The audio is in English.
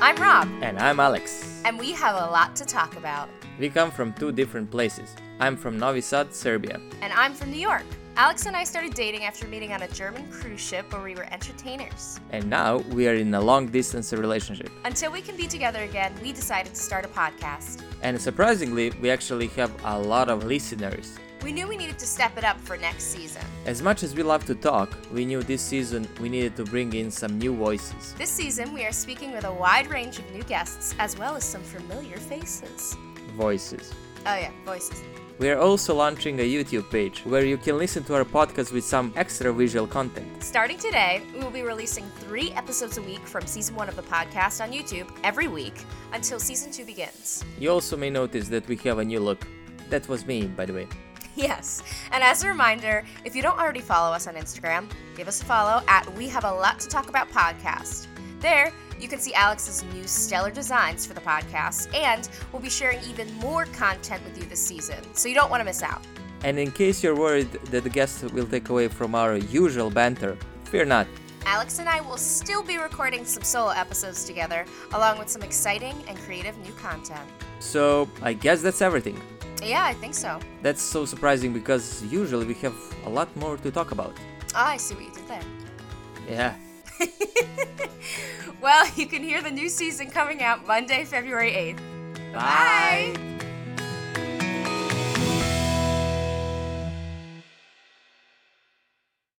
I'm Rob, And I'm Alex. and we have a lot to talk about. We come from two different places. I'm from Novi Sad, Serbia. And I'm from New York. Alex and I started dating after meeting on a German cruise ship where we were entertainers. And now we are in a long distance relationship. Until we can be together again, we decided to start a podcast. And surprisingly, we actually have a lot of listeners. We knew we needed to step it up for next season. As much as we love to talk, we knew this season we needed to bring in some new voices. This season, we are speaking with a wide range of new guests as well as some familiar faces. Voices. Oh, yeah, voices. We are also launching a YouTube page where you can listen to our podcast with some extra visual content. Starting today, we will be releasing three episodes a week from season one of the podcast on YouTube every week until season two begins. You also may notice that we have a new look. That was me, by the way. Yes, and as a reminder, if you don't already follow us on Instagram, give us a follow at We Have a Lot to Talk About podcast. There, you can see Alex's new stellar designs for the podcast, and we'll be sharing even more content with you this season, so you don't want to miss out. And in case you're worried that the guests will take away from our usual banter, fear not. Alex and I will still be recording some solo episodes together, along with some exciting and creative new content. So, I guess that's everything. Yeah, I think so. That's so surprising because usually we have a lot more to talk about. Ah, I see what you did there. Yeah. Well, you can hear the new season coming out Monday, February 8th. Bye.